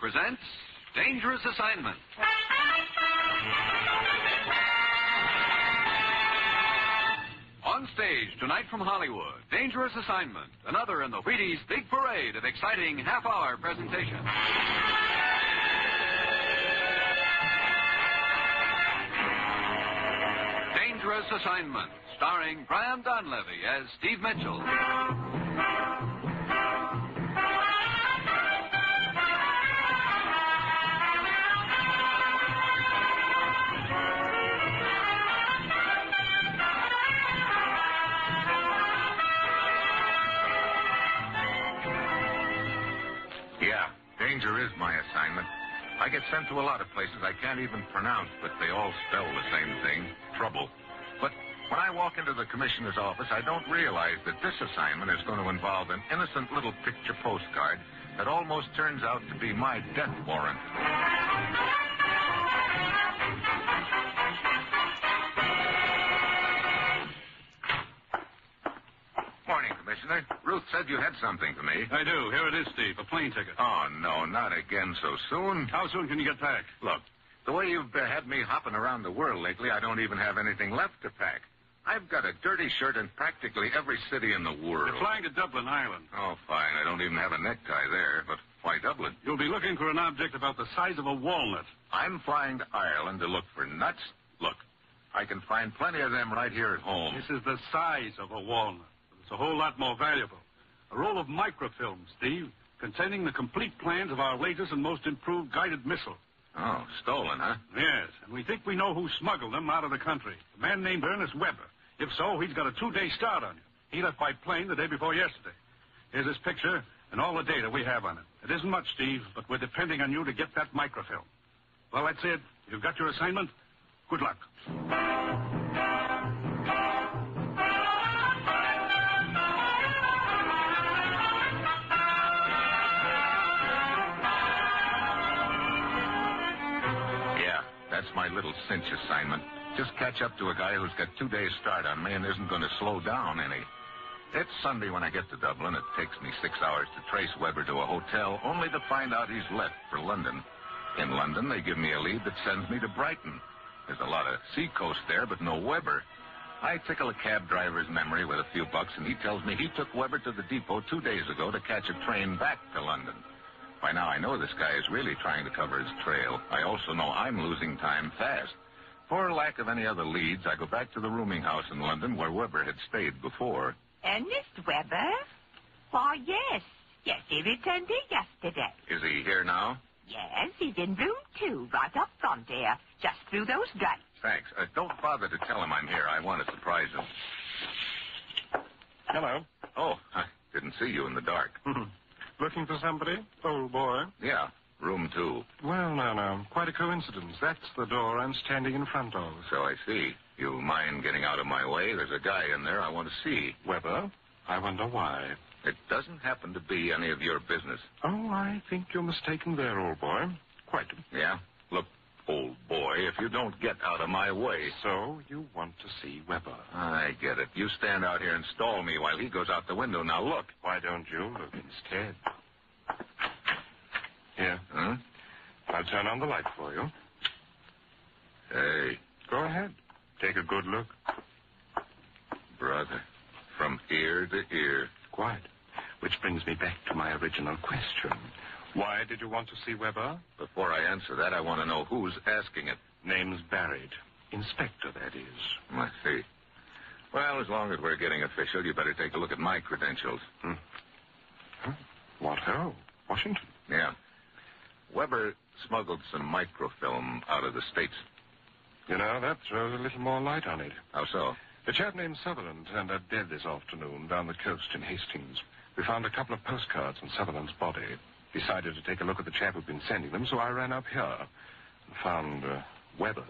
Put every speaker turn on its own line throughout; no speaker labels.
presents Dangerous Assignment. On stage tonight from Hollywood, Dangerous Assignment, another in the Wheaties Big Parade of exciting half hour presentations. Dangerous Assignment, starring Brian Donlevy as Steve Mitchell.
Yeah, danger is my assignment. I get sent to a lot of places I can't even pronounce, but they all spell the same thing trouble. But when I walk into the commissioner's office, I don't realize that this assignment is going to involve an innocent little picture postcard that almost turns out to be my death warrant. Morning, Commissioner. Ruth said you had something for me.
I do. Here it is, Steve. A plane ticket.
Oh, no, not again so soon.
How soon can you get back?
Look, the way you've uh, had me hopping around the world lately, I don't even have anything left to pack. I've got a dirty shirt in practically every city in the world.
You're flying to Dublin, Ireland.
Oh, fine. I don't even have a necktie there, but why Dublin?
You'll be looking for an object about the size of a walnut.
I'm flying to Ireland to look for nuts. Look, I can find plenty of them right here at home.
This is the size of a walnut. but It's a whole lot more valuable. A roll of microfilm, Steve, containing the complete plans of our latest and most improved guided missile.
Oh, stolen, huh?
Yes, and we think we know who smuggled them out of the country. A man named Ernest Weber. If so, he's got a two-day start on you. He left by plane the day before yesterday. Here's his picture and all the data we have on it. It isn't much, Steve, but we're depending on you to get that microfilm. Well, that's it. You've got your assignment. Good luck.
Yeah, that's my little cinch assignment. Just catch up to a guy who's got two days' start on me and isn't going to slow down any. It's Sunday when I get to Dublin. It takes me six hours to trace Weber to a hotel, only to find out he's left for London. In London, they give me a lead that sends me to Brighton. There's a lot of seacoast there, but no Weber. I tickle a cab driver's memory with a few bucks, and he tells me he took Weber to the depot two days ago to catch a train back to London. By now, I know this guy is really trying to cover his trail. I also know I'm losing time fast. For lack of any other leads, I go back to the rooming house in London where Weber had stayed before.
Ernest Weber? Why, yes. Yes, he returned here yesterday.
Is he here now?
Yes, he's in room two, right up front here, just through those gates.
Thanks. Uh, don't bother to tell him I'm here. I want to surprise him.
Hello.
Oh, I didn't see you in the dark.
Mm-hmm.
Looking for somebody? Old boy.
Yeah, room two.
Well, no, no. Quite a coincidence. That's the door I'm standing in front of.
So I see. You mind getting out of my way? There's a guy in there I want to see.
Weber? I wonder why.
It doesn't happen to be any of your business.
Oh, I think you're mistaken there, old boy. Quite.
Yeah? Look, old boy, if you don't get out of my way.
So you want to see Weber?
I get it. You stand out here and stall me while he goes out the window. Now look.
Why don't you look instead? Here,
Huh?
I'll turn on the light for you.
Hey,
Go ahead. Take a good look.
brother. From ear to ear.
Quite. Which brings me back to my original question. Why did you want to see Weber?
Before I answer that, I want to know who's asking it.
Name's buried. Inspector, that is.
I see. Well, as long as we're getting official, you better take a look at my credentials.
What ho? Washington.
Yeah. Weber smuggled some microfilm out of the States.
You know, that throws a little more light on it.
How so?
A chap named Sutherland turned up dead this afternoon down the coast in Hastings. We found a couple of postcards on Sutherland's body. Decided to take a look at the chap who'd been sending them, so I ran up here and found uh, Weber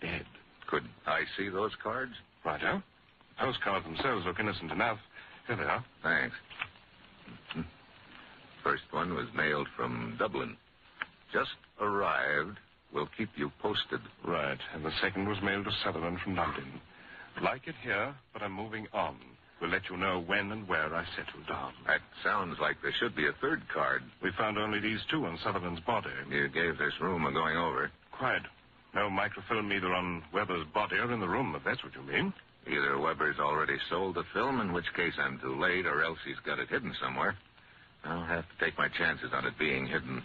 dead.
Could I see those cards?
Righto. Postcards themselves look innocent enough. Here they are.
Thanks. Mhm. First one was mailed from Dublin. Just arrived. We'll keep you posted.
Right, and the second was mailed to Sutherland from London. Like it here, but I'm moving on. We'll let you know when and where I settle down.
That sounds like there should be a third card.
We found only these two on Sutherland's body.
You gave this room a going over.
Quiet. No microfilm either on Weber's body or in the room, if that's what you mean.
Either Weber's already sold the film, in which case I'm too late, or else he's got it hidden somewhere. I'll have to take my chances on it being hidden.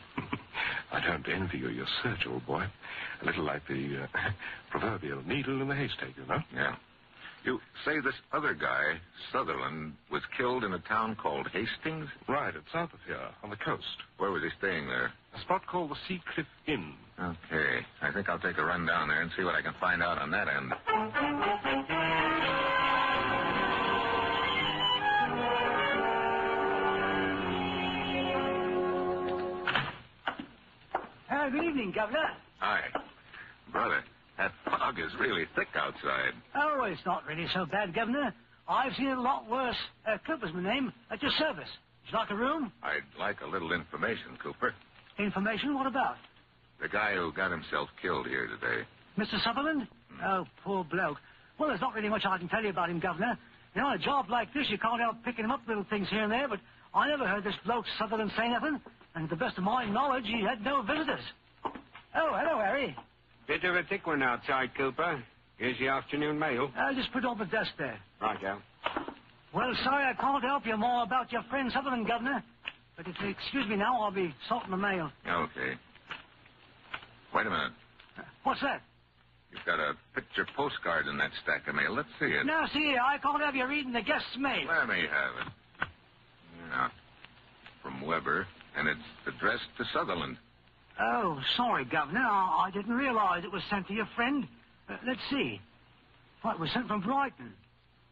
I don't envy you your search, old boy. A little like the uh, proverbial needle in the haystack, you know.
Yeah. You say this other guy, Sutherland, was killed in a town called Hastings?
Right, it's south of here, on the coast.
Where was he staying there?
A spot called the Sea Cliff Inn.
Okay. I think I'll take a run down there and see what I can find out on that end.
Uh, good evening, Governor.
Hi. Brother, that fog is really thick outside.
Oh, it's not really so bad, Governor. I've seen a lot worse. Uh, Cooper's my name, at your service. Would you like a room?
I'd like a little information, Cooper.
Information, what about?
The guy who got himself killed here today.
Mr. Sutherland? Oh, poor bloke. Well, there's not really much I can tell you about him, Governor. You know, on a job like this, you can't help picking up little things here and there, but I never heard this bloke Sutherland say nothing, and to the best of my knowledge, he had no visitors. Oh, hello, Harry.
Bit of a thick one outside, Cooper. Here's the afternoon mail.
Uh, just put it on the desk there.
Right, Al.
Well, sorry I can't help you more about your friend Sutherland, Governor. But if you excuse me now, I'll be salting the mail.
Okay. Wait a minute.
What's that?
You've got a picture postcard in that stack of mail. Let's see it.
Now, see, here, I can't have you reading the guest's mail.
Let me have it. Yeah. From Weber, and it's addressed to Sutherland.
Oh, sorry, Governor. I, I didn't realize it was sent to your friend. Uh, let's see. Why, it was sent from Brighton.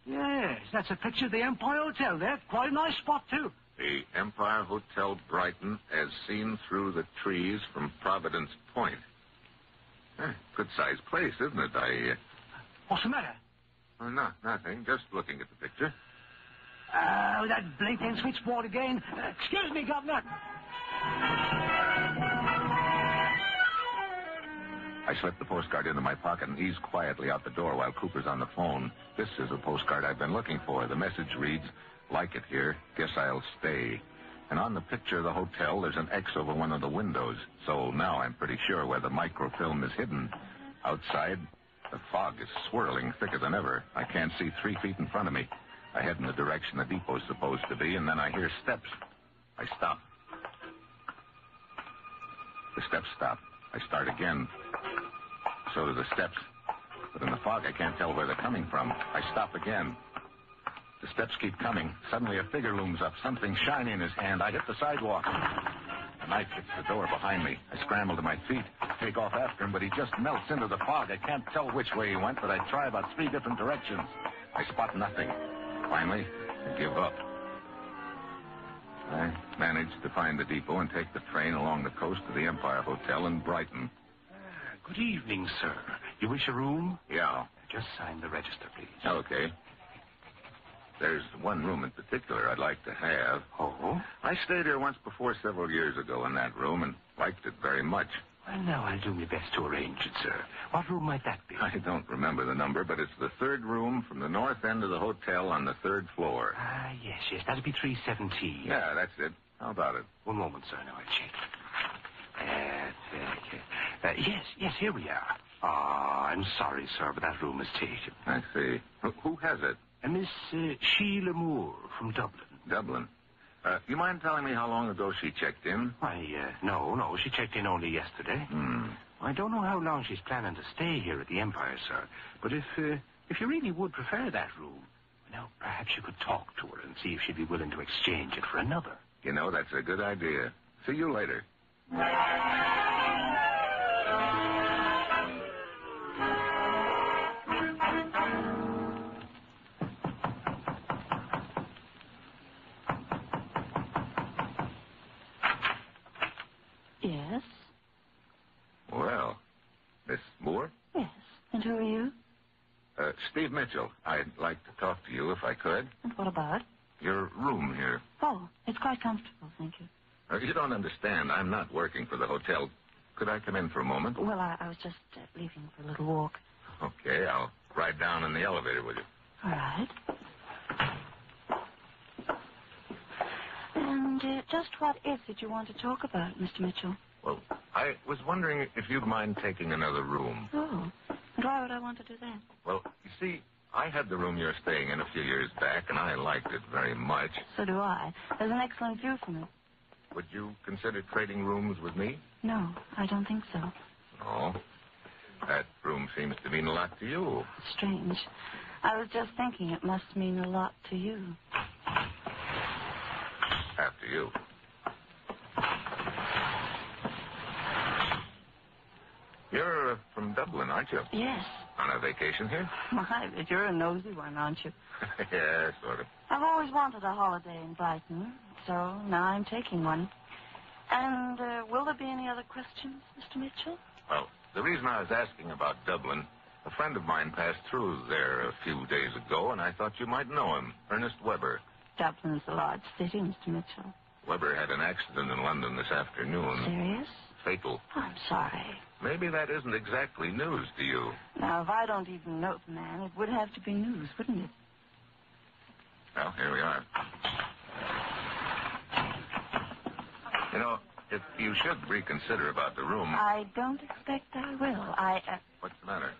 Yes, that's a picture of the Empire Hotel there. Quite a nice spot, too.
The Empire Hotel Brighton, as seen through the trees from Providence Point. Huh, good sized place, isn't it? I. Uh,
What's the matter?
oh, no, nothing. Just looking at the picture.
Oh, that blinking switchboard again. Uh, excuse me, Governor.
I slipped the postcard into my pocket and eased quietly out the door while Cooper's on the phone. This is the postcard I've been looking for. The message reads, Like it here, guess I'll stay. And on the picture of the hotel, there's an X over one of the windows, so now I'm pretty sure where the microfilm is hidden. Outside, the fog is swirling thicker than ever. I can't see three feet in front of me. I head in the direction the depot's supposed to be, and then I hear steps. I stop. The steps stop. I start again. So do the steps. But in the fog, I can't tell where they're coming from. I stop again. The steps keep coming. Suddenly, a figure looms up, something shiny in his hand. I hit the sidewalk. A knife hits the door behind me. I scramble to my feet, take off after him, but he just melts into the fog. I can't tell which way he went, but I try about three different directions. I spot nothing. Finally, I give up. I managed to find the depot and take the train along the coast to the Empire Hotel in Brighton.
Uh, Good evening, sir. You wish a room?
Yeah.
Just sign the register, please.
Okay. There's one room in particular I'd like to have.
Oh?
I stayed here once before several years ago in that room and liked it very much.
Well, now I'll do my best to arrange it, sir. What room might that be?
I don't remember the number, but it's the third room from the north end of the hotel on the third floor.
Ah, yes, yes. That'll be 317.
Yeah, that's it. How about it?
One moment, sir. Now I'll check. Uh, uh, yes, yes, here we are. Ah, I'm sorry, sir, but that room is taken.
I see. Who, who has it?
Uh, Miss uh, Sheila Moore from Dublin.
Dublin. Uh, you mind telling me how long ago she checked in?
Why, uh, no, no, she checked in only yesterday.
Hmm.
I don't know how long she's planning to stay here at the Empire, sir. But if uh, if you really would prefer that room, now perhaps you could talk to her and see if she'd be willing to exchange it for another.
You know, that's a good idea. See you later.
Yes,
Well, Miss Moore?
yes. And who are you?
Uh, Steve Mitchell, I'd like to talk to you if I could.
And what about?
Your room here.
Oh, it's quite comfortable, thank you.
Uh, you don't understand. I'm not working for the hotel. Could I come in for a moment?
Well, I, I was just uh, leaving for a little walk.
Okay, I'll ride down in the elevator with you.
All right. dear, uh, just what is it you want to talk about, Mr. Mitchell?
Well, I was wondering if you'd mind taking another room.
Oh, and why would I want to do that?
Well, you see, I had the room you're staying in a few years back, and I liked it very much.
So do I. There's an excellent view from it.
Would you consider trading rooms with me?
No, I don't think so.
No. That room seems to mean a lot to you.
Strange. I was just thinking it must mean a lot to you.
After you. You're uh, from Dublin, aren't you?
Yes.
On a vacation here?
My, but you're a nosy one, aren't you?
yeah, sort of.
I've always wanted a holiday in Brighton, so now I'm taking one. And uh, will there be any other questions, Mr. Mitchell?
Well, the reason I was asking about Dublin, a friend of mine passed through there a few days ago, and I thought you might know him, Ernest Weber.
Dublin's a large city, Mr. Mitchell.
Weber had an accident in London this afternoon.
Serious?
Fatal.
Oh, I'm sorry.
Maybe that isn't exactly news to you.
Now, if I don't even know the man, it would have to be news, wouldn't it?
Well, here we are. You know, if you should reconsider about the room,
I don't expect I will. I, uh,
what's the matter?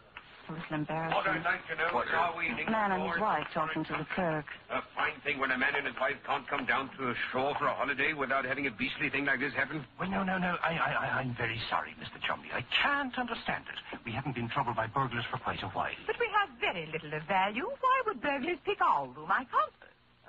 it's a little embarrassing.
like to know
What is-
how we English
Man and his
lords-
wife talking to the clerk.
A fine thing when a man and his wife can't come down to the shore for a holiday without having a beastly thing like this happen.
Well, no, no, no. I, I, I- I'm very sorry, Mr. Chumley. I can't understand it. We haven't been troubled by burglars for quite a while.
But we have very little of value. Why would burglars pick our room? I can't.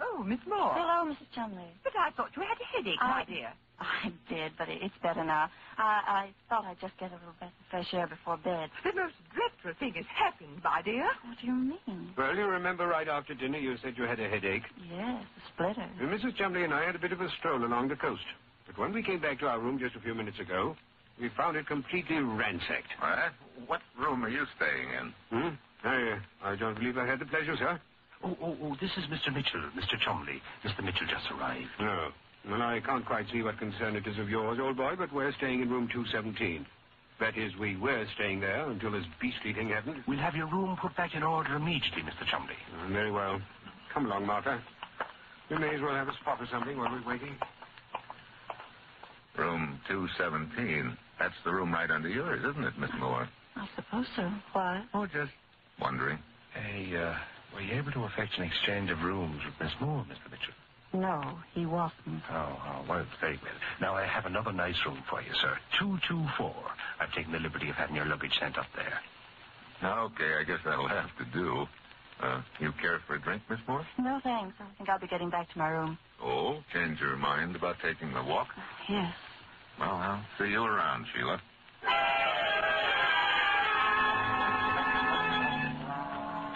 Oh, Miss Moore.
Hello, Mrs. Chumley.
but I thought you had a headache, my
I-
dear.
I did, but it- it's better now. I, I thought I'd just get a little bit of fresh air before bed.
The most dreadful thing has happened, my dear.
What do you mean?
Well, you remember right after dinner you said you had a headache.
Yes, the splitter.
And Mrs. Chumley and I had a bit of a stroll along the coast. But when we came back to our room just a few minutes ago, we found it completely ransacked.
Huh? What room are you staying in?
Hmm? I, uh, I don't believe I had the pleasure, sir.
Oh, oh, oh, this is Mr. Mitchell, Mr. Chumley. Mr. Mitchell just arrived.
No. Well, I can't quite see what concern it is of yours, old boy, but we're staying in room 217. That is, we were staying there until this beastly thing happened.
We'll have your room put back in order immediately, Mr. Chumley.
Uh, very well. Come along, Martha. We may as well have a spot or something while we're waiting.
Room 217. That's the room right under yours, isn't it, Miss Moore?
I suppose so. Why?
Oh, just.
Wondering.
Hey, uh, were you able to effect an exchange of rooms with Miss Moore, Mr. Mitchell?
No, he wasn't.
Oh, oh, well, very well. Now, I have another nice room for you, sir. 224. I've taken the liberty of having your luggage sent up there.
Okay, I guess that'll have to do. Uh, you care for a drink, Miss Moore?
No, thanks. I think I'll be getting back to my room.
Oh, change your mind about taking the walk?
Yes.
Well, I'll see you around, Sheila.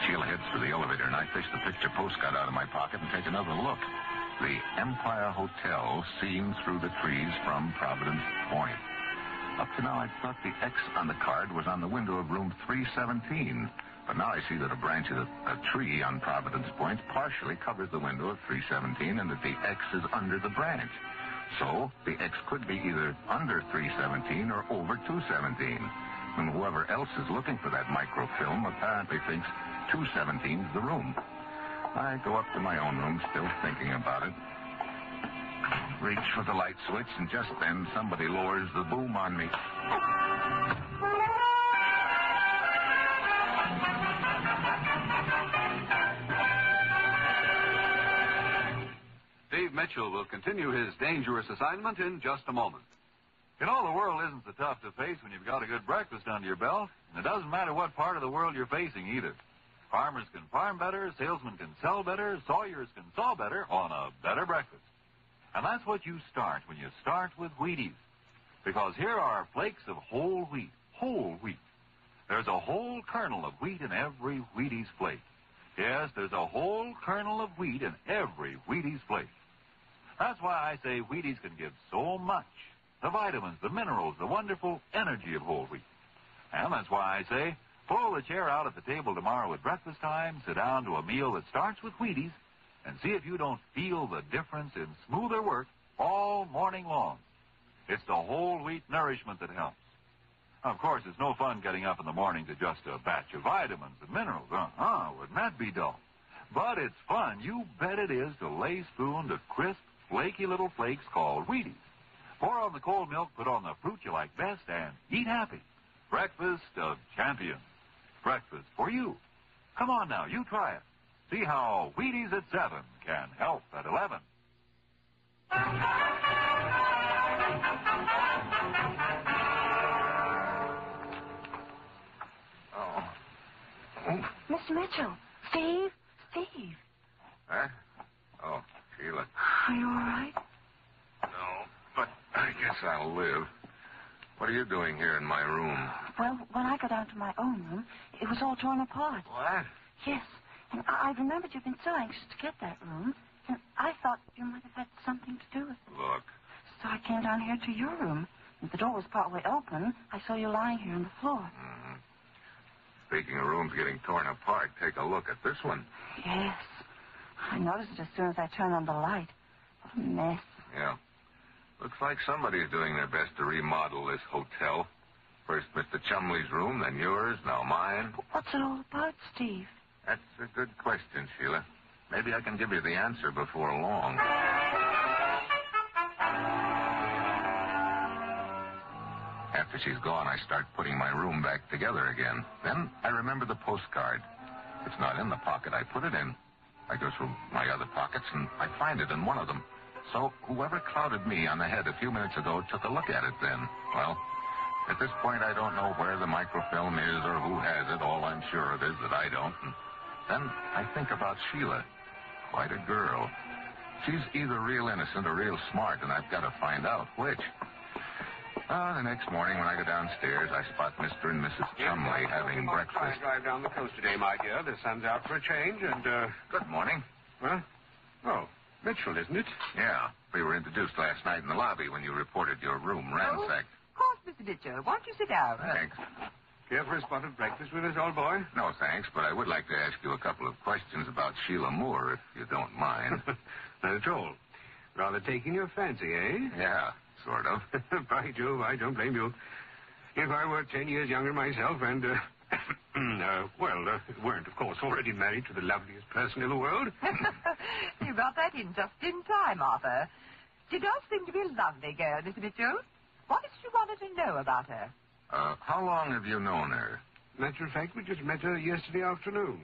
Sheila heads for the elevator, and I fish the picture postcard out of my pocket and take another look. The Empire Hotel seen through the trees from Providence Point. Up to now, I thought the X on the card was on the window of room 317. But now I see that a branch of a tree on Providence Point partially covers the window of 317 and that the X is under the branch. So, the X could be either under 317 or over 217. And whoever else is looking for that microfilm apparently thinks 217's the room. I go up to my own room, still thinking about it. Reach for the light switch, and just then somebody lowers the boom on me.
Dave Mitchell will continue his dangerous assignment in just a moment. You know, the world isn't so tough to face when you've got a good breakfast under your belt, and it doesn't matter what part of the world you're facing either. Farmers can farm better, salesmen can sell better, sawyers can saw better on a better breakfast. And that's what you start when you start with Wheaties. Because here are flakes of whole wheat, whole wheat. There's a whole kernel of wheat in every Wheaties flake. Yes, there's a whole kernel of wheat in every Wheaties flake. That's why I say Wheaties can give so much. The vitamins, the minerals, the wonderful energy of whole wheat. And that's why I say, pull the chair out at the table tomorrow at breakfast time, sit down to a meal that starts with Wheaties, and see if you don't feel the difference in smoother work all morning long. It's the whole wheat nourishment that helps. Of course, it's no fun getting up in the morning to just a batch of vitamins and minerals. Uh-huh, wouldn't that be dull? But it's fun, you bet it is, to lay spoon to crisp, flaky little flakes called Wheaties. Pour on the cold milk, put on the fruit you like best, and eat happy. Breakfast of champions. Breakfast for you. Come on now, you try it. See how Wheaties at 7 can help at 11.
Miss Mitchell. Steve. Steve.
Huh? Oh, Sheila.
Are you all right?
No, but I guess I'll live. What are you doing here in my room?
Well, when I got out to my own room, it was all torn apart.
What?
Yes. And I, I remembered you've been so anxious to get that room. And I thought you might have had something to do with it.
Look,
So I came down here to your room. And the door was partway open. I saw you lying here on the floor.
mm-hmm. speaking of rooms getting torn apart, take a look at this one.
Yes. I noticed it as soon as I turned on the light. What a mess.
Yeah. Looks like somebody's doing their best to remodel this hotel. First Mr. Chumley's room, then yours, now mine.
But what's it all about, Steve?
That's a good question, Sheila. Maybe I can give you the answer before long. After she's gone, I start putting my room back together again. Then I remember the postcard. It's not in the pocket I put it in. I go through my other pockets and I find it in one of them. So whoever clouded me on the head a few minutes ago took a look at it then. Well, at this point, I don't know where the microfilm is or who has it. All I'm sure of is that I don't. And then I think about Sheila. Quite a girl. She's either real innocent or real smart, and I've got to find out which. Ah, the next morning when I go downstairs, I spot Mr. and Mrs. Chumley having breakfast.
drive down the coast today, my dear. The sun's out for a change, and, uh,
Good morning.
well, oh, Mitchell, isn't it?
Yeah, we were introduced last night in the lobby when you reported your room ransacked.
Of
Oh,
course, Mr. Ditcher. Why don't you sit down?
Thanks.
Care for a spot of breakfast with us, old boy?
No, thanks, but I would like to ask you a couple of questions about Sheila Moore, if you don't mind.
Not at all. Rather taking your fancy, eh?
yeah, sort of.
By Jove, I don't blame you. If I were ten years younger myself and, uh, uh, well, uh, weren't, of course, already married to the loveliest person in the world.
you got that in just in time, Arthur. She does seem to be a lovely girl, Mr. Mitchell. What is it you wanted to know about her?
Uh, how long have you known her?
Matter of fact, we just met her yesterday afternoon.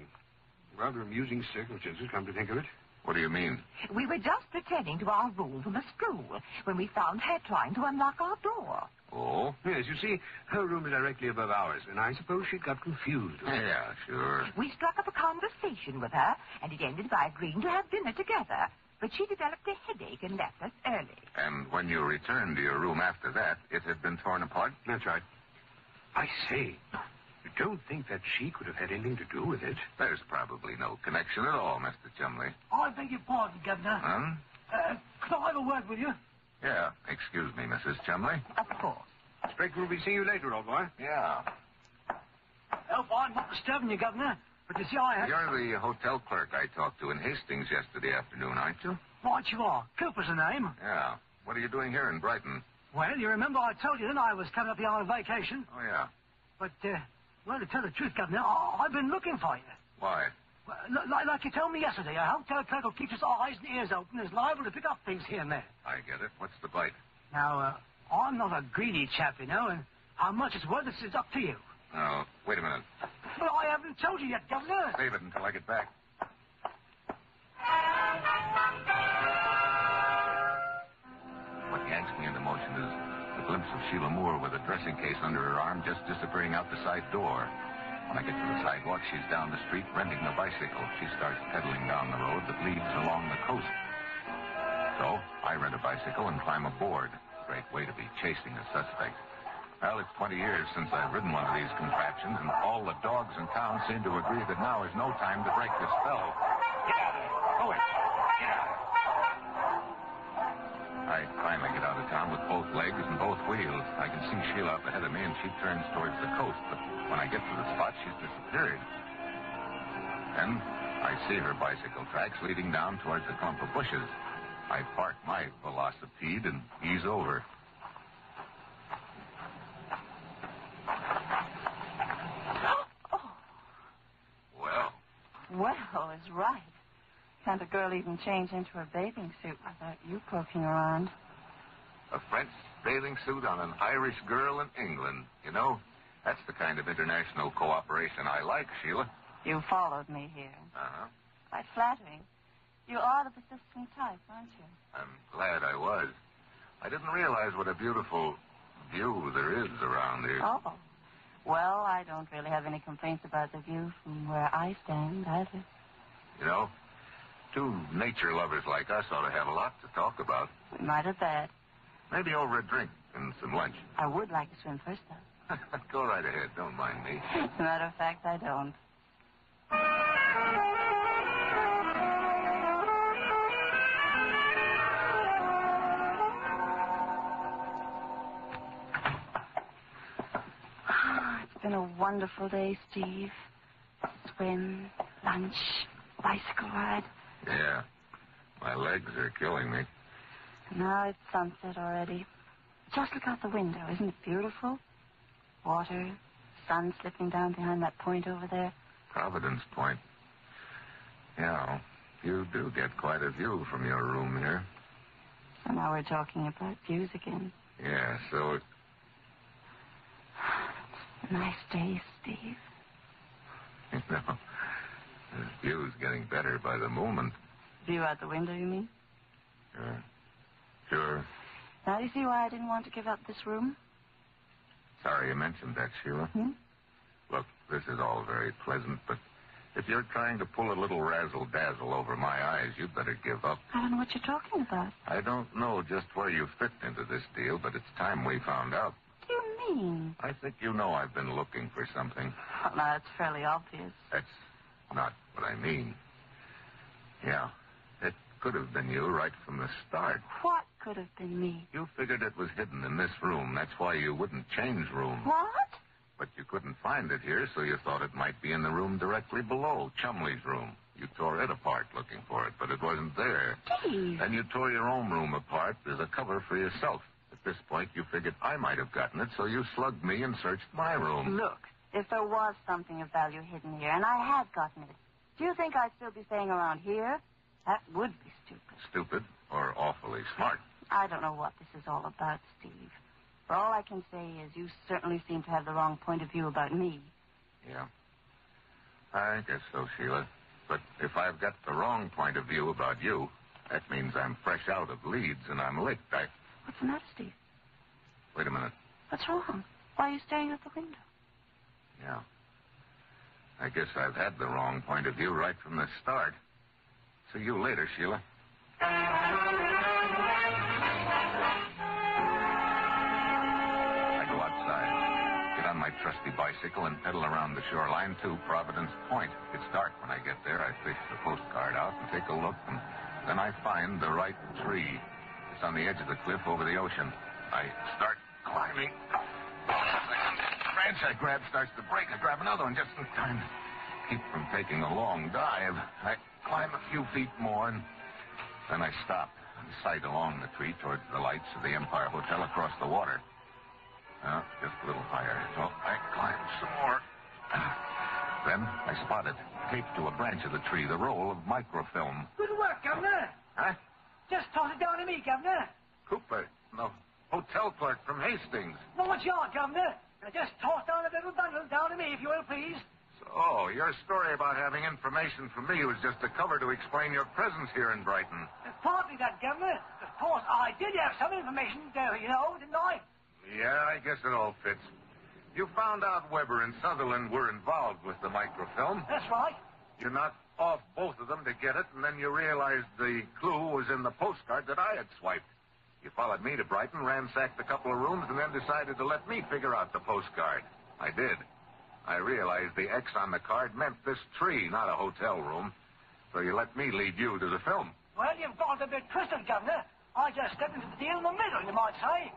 Rather amusing circumstances, come to think of it.
What do you mean?
We were just returning to our room from the school when we found her trying to unlock our door.
Oh?
Yes, you see, her room is directly above ours, and I suppose she got confused.
Yeah, sure.
We struck up a conversation with her, and it ended by agreeing to have dinner together. But she developed a headache and left us early.
And when you returned to your room after that, it had been torn apart?
That's right. I say, you don't think that she could have had anything to do with it?
There's probably no connection at all, Mr. Chumley.
Oh, I beg your pardon, Governor.
Huh?
Uh, could I have a word with you?
Yeah. Excuse me, Mrs. Chumley.
Of course.
Sprague will be seeing you later, old boy.
Yeah.
Hope Oh, I'm not disturbing you, Governor. But you see, I have...
You're the hotel clerk I talked to in Hastings yesterday afternoon, aren't you?
Right you are. Cooper's the name.
Yeah. What are you doing here in Brighton?
Well, you remember I told you then I was coming up here on a vacation.
Oh, yeah.
But, uh, well, to tell the truth, Governor, I- I've been looking for you.
Why?
Well, li- like, like you told me yesterday, a hotel clerk who keeps his eyes and ears open is liable to pick up things here and there.
I get it. What's the bite?
Now, uh, I'm not a greedy chap, you know, and how much it's worth is up to you.
Oh, wait a minute.
But I haven't told you yet, Governor.
Save it until I get back. What yanks me into motion is the glimpse of Sheila Moore with a dressing case under her arm just disappearing out the side door. When I get to the sidewalk, she's down the street renting a bicycle. She starts pedaling down the road that leads along the coast. So I rent a bicycle and climb aboard. Great way to be chasing a suspect. Well, it's 20 years since I've ridden one of these contraptions, and all the dogs in town seem to agree that now is no time to break the spell. Get out of here! Go it! Get out! I finally get out of town with both legs and both wheels. I can see Sheila up ahead of me, and she turns towards the coast. But when I get to the spot, she's disappeared. Then I see her bicycle tracks leading down towards a clump of bushes. I park my velocipede and ease over. Well,
Well, is right. Can't a girl even change into a bathing suit without you poking around?
A French bathing suit on an Irish girl in England. You know, that's the kind of international cooperation I like, Sheila.
You followed me here.
Uh-huh.
Quite flattering. You are the persistent type, aren't you?
I'm glad I was. I didn't realize what a beautiful view there is around here.
Oh. Well, I don't really have any complaints about the view from where I stand either.
You know, two nature lovers like us ought to have a lot to talk about.
We might have that.
Maybe over a drink and some lunch.
I would like to swim first, though.
Go right ahead. Don't mind me.
As a matter of fact, I don't. Ah, it's been a wonderful day, Steve. Swim, lunch, bicycle ride.
Yeah. My legs are killing me.
Now it's sunset already. Just look out the window. Isn't it beautiful? Water, sun slipping down behind that point over there.
Providence Point. Yeah, you do get quite a view from your room here.
So now we're talking about views again.
Yeah, so it-
It's a nice day, Steve.
you know this view's getting better by the moment.
View out the window, you mean?
Sure. Sure.
Now you see why I didn't want to give up this room?
Sorry you mentioned that, Sheila.
Hmm?
Look, this is all very pleasant, but if you're trying to pull a little razzle dazzle over my eyes, you'd better give up.
I don't know what you're talking about.
I don't know just where you fit into this deal, but it's time we found out.
What do you mean?
I think you know I've been looking for something.
Well, now Oh, that's fairly obvious.
That's not what I mean. Yeah, it could have been you right from the start.
What could have been me?
You figured it was hidden in this room. That's why you wouldn't change rooms.
What?
But you couldn't find it here, so you thought it might be in the room directly below, Chumley's room. You tore it apart looking for it, but it wasn't there.
Steve.
Then you tore your own room apart as a cover for yourself. At this point, you figured I might have gotten it, so you slugged me and searched my room.
Look, if there was something of value hidden here, and I had gotten it, do you think I'd still be staying around here? That would be stupid.
Stupid or awfully smart.
I don't know what this is all about, Steve. For all I can say is you certainly seem to have the wrong point of view about me.
Yeah. I guess so, Sheila. But if I've got the wrong point of view about you, that means I'm fresh out of Leeds and I'm licked. I...
What's the matter, Steve?
Wait a minute.
What's wrong? Why are you staring out the window?
Yeah. I guess I've had the wrong point of view right from the start. See you later, Sheila. I go outside, get on my trusty bicycle, and pedal around the shoreline to Providence Point. It's dark when I get there. I fish the postcard out and take a look, and then I find the right tree. It's on the edge of the cliff over the ocean. I start climbing. Branch I grab starts to break. I grab another one just in time to keep from taking a long dive. I climb a few feet more, and then I stop and sight along the tree towards the lights of the Empire Hotel across the water. Uh, just a little higher. So I climbed some more. Ah. Then I spotted, taped to a branch of the tree, the roll of microfilm.
Good work, Governor.
Huh?
Just toss it down to me, Governor.
Cooper, the hotel clerk from Hastings.
Well, what you are, Governor? Now just toss down a little bundle down to me, if you will, please.
So, your story about having information from me was just a cover to explain your presence here in Brighton.
It's partly that, Governor. Of course, I did have some information, though, you know, didn't I?
Yeah, I guess it all fits. You found out Weber and Sutherland were involved with the microfilm.
That's right.
You knocked off both of them to get it, and then you realized the clue was in the postcard that I had swiped. You followed me to Brighton, ransacked a couple of rooms, and then decided to let me figure out the postcard. I did. I realized the X on the card meant this tree, not a hotel room. So you let me lead you to the film.
Well, you've got a bit twisted, Governor. I just stepped into the deal in the middle, you might say.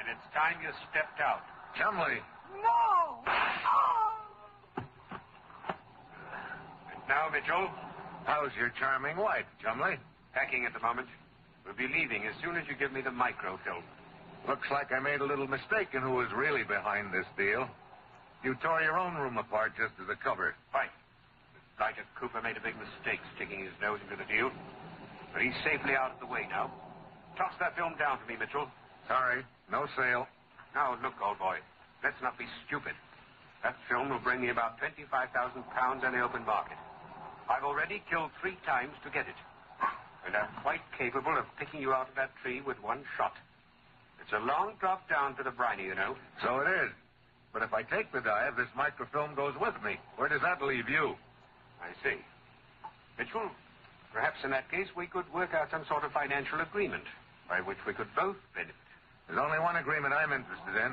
And it's time you stepped out.
Chumley,
No! Oh!
Now, Mitchell,
how's your charming wife, Chumley?
packing at the moment. We'll be leaving as soon as you give me the microfilm.
Looks like I made a little mistake in who was really behind this deal. You tore your own room apart just as a cover.
Right.
Elijah Cooper made a big mistake sticking his nose into the deal. But he's safely out of the way now. Toss that film down for me, Mitchell.
Sorry, no sale.
Now, look, old boy, let's not be stupid. That film will bring me about 25,000 pounds on the open market. I've already killed three times to get it. And I'm quite capable of picking you out of that tree with one shot. It's a long drop down to the briny, you know.
So it is. But if I take the dive, this microfilm goes with me. Where does that leave you?
I see. Mitchell, perhaps in that case we could work out some sort of financial agreement by which we could both benefit.
There's only one agreement I'm interested in.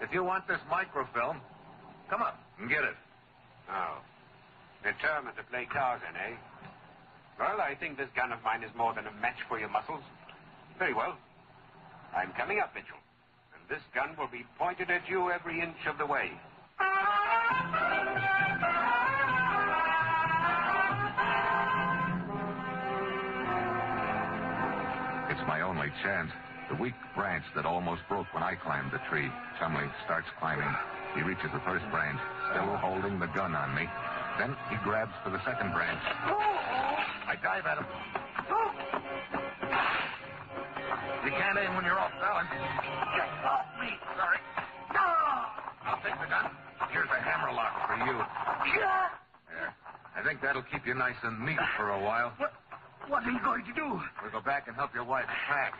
If you want this microfilm, come up and get it.
Oh. Determined to play Tarzan, eh? Well, I think this gun of mine is more than a match for your muscles. Very well. I'm coming up, Mitchell. And this gun will be pointed at you every inch of the way.
It's my only chance. The weak branch that almost broke when I climbed the tree. Chumley starts climbing. He reaches the first branch, still holding the gun on me. Then he grabs for the second branch. I dive at him. You can't aim when you're off balance. Get off me, sorry. I'll take the gun. Here's a hammerlock for you. There. I think that'll keep you nice and neat for a while.
What, what are you going to do?
We'll go back and help your wife pack.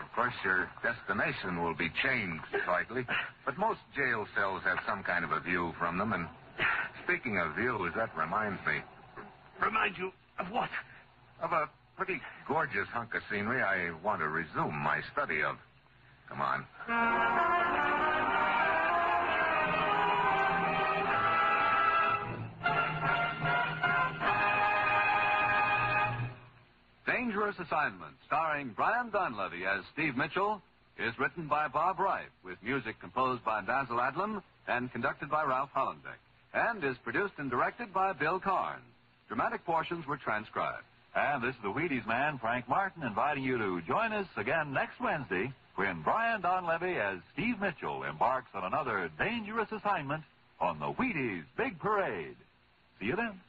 Of course, your destination will be changed slightly, but most jail cells have some kind of a view from them. And speaking of views, that reminds me
Remind you of what?
of a pretty gorgeous hunk of scenery I want to resume my study of. Come on.
Dangerous Assignment, starring Brian Dunleavy as Steve Mitchell, is written by Bob Reif, with music composed by Basil Adlam and conducted by Ralph Hollenbeck, and is produced and directed by Bill Carnes. Dramatic portions were transcribed. And this is the Wheaties man, Frank Martin, inviting you to join us again next Wednesday when Brian Donlevy as Steve Mitchell embarks on another dangerous assignment on the Wheaties Big Parade. See you then.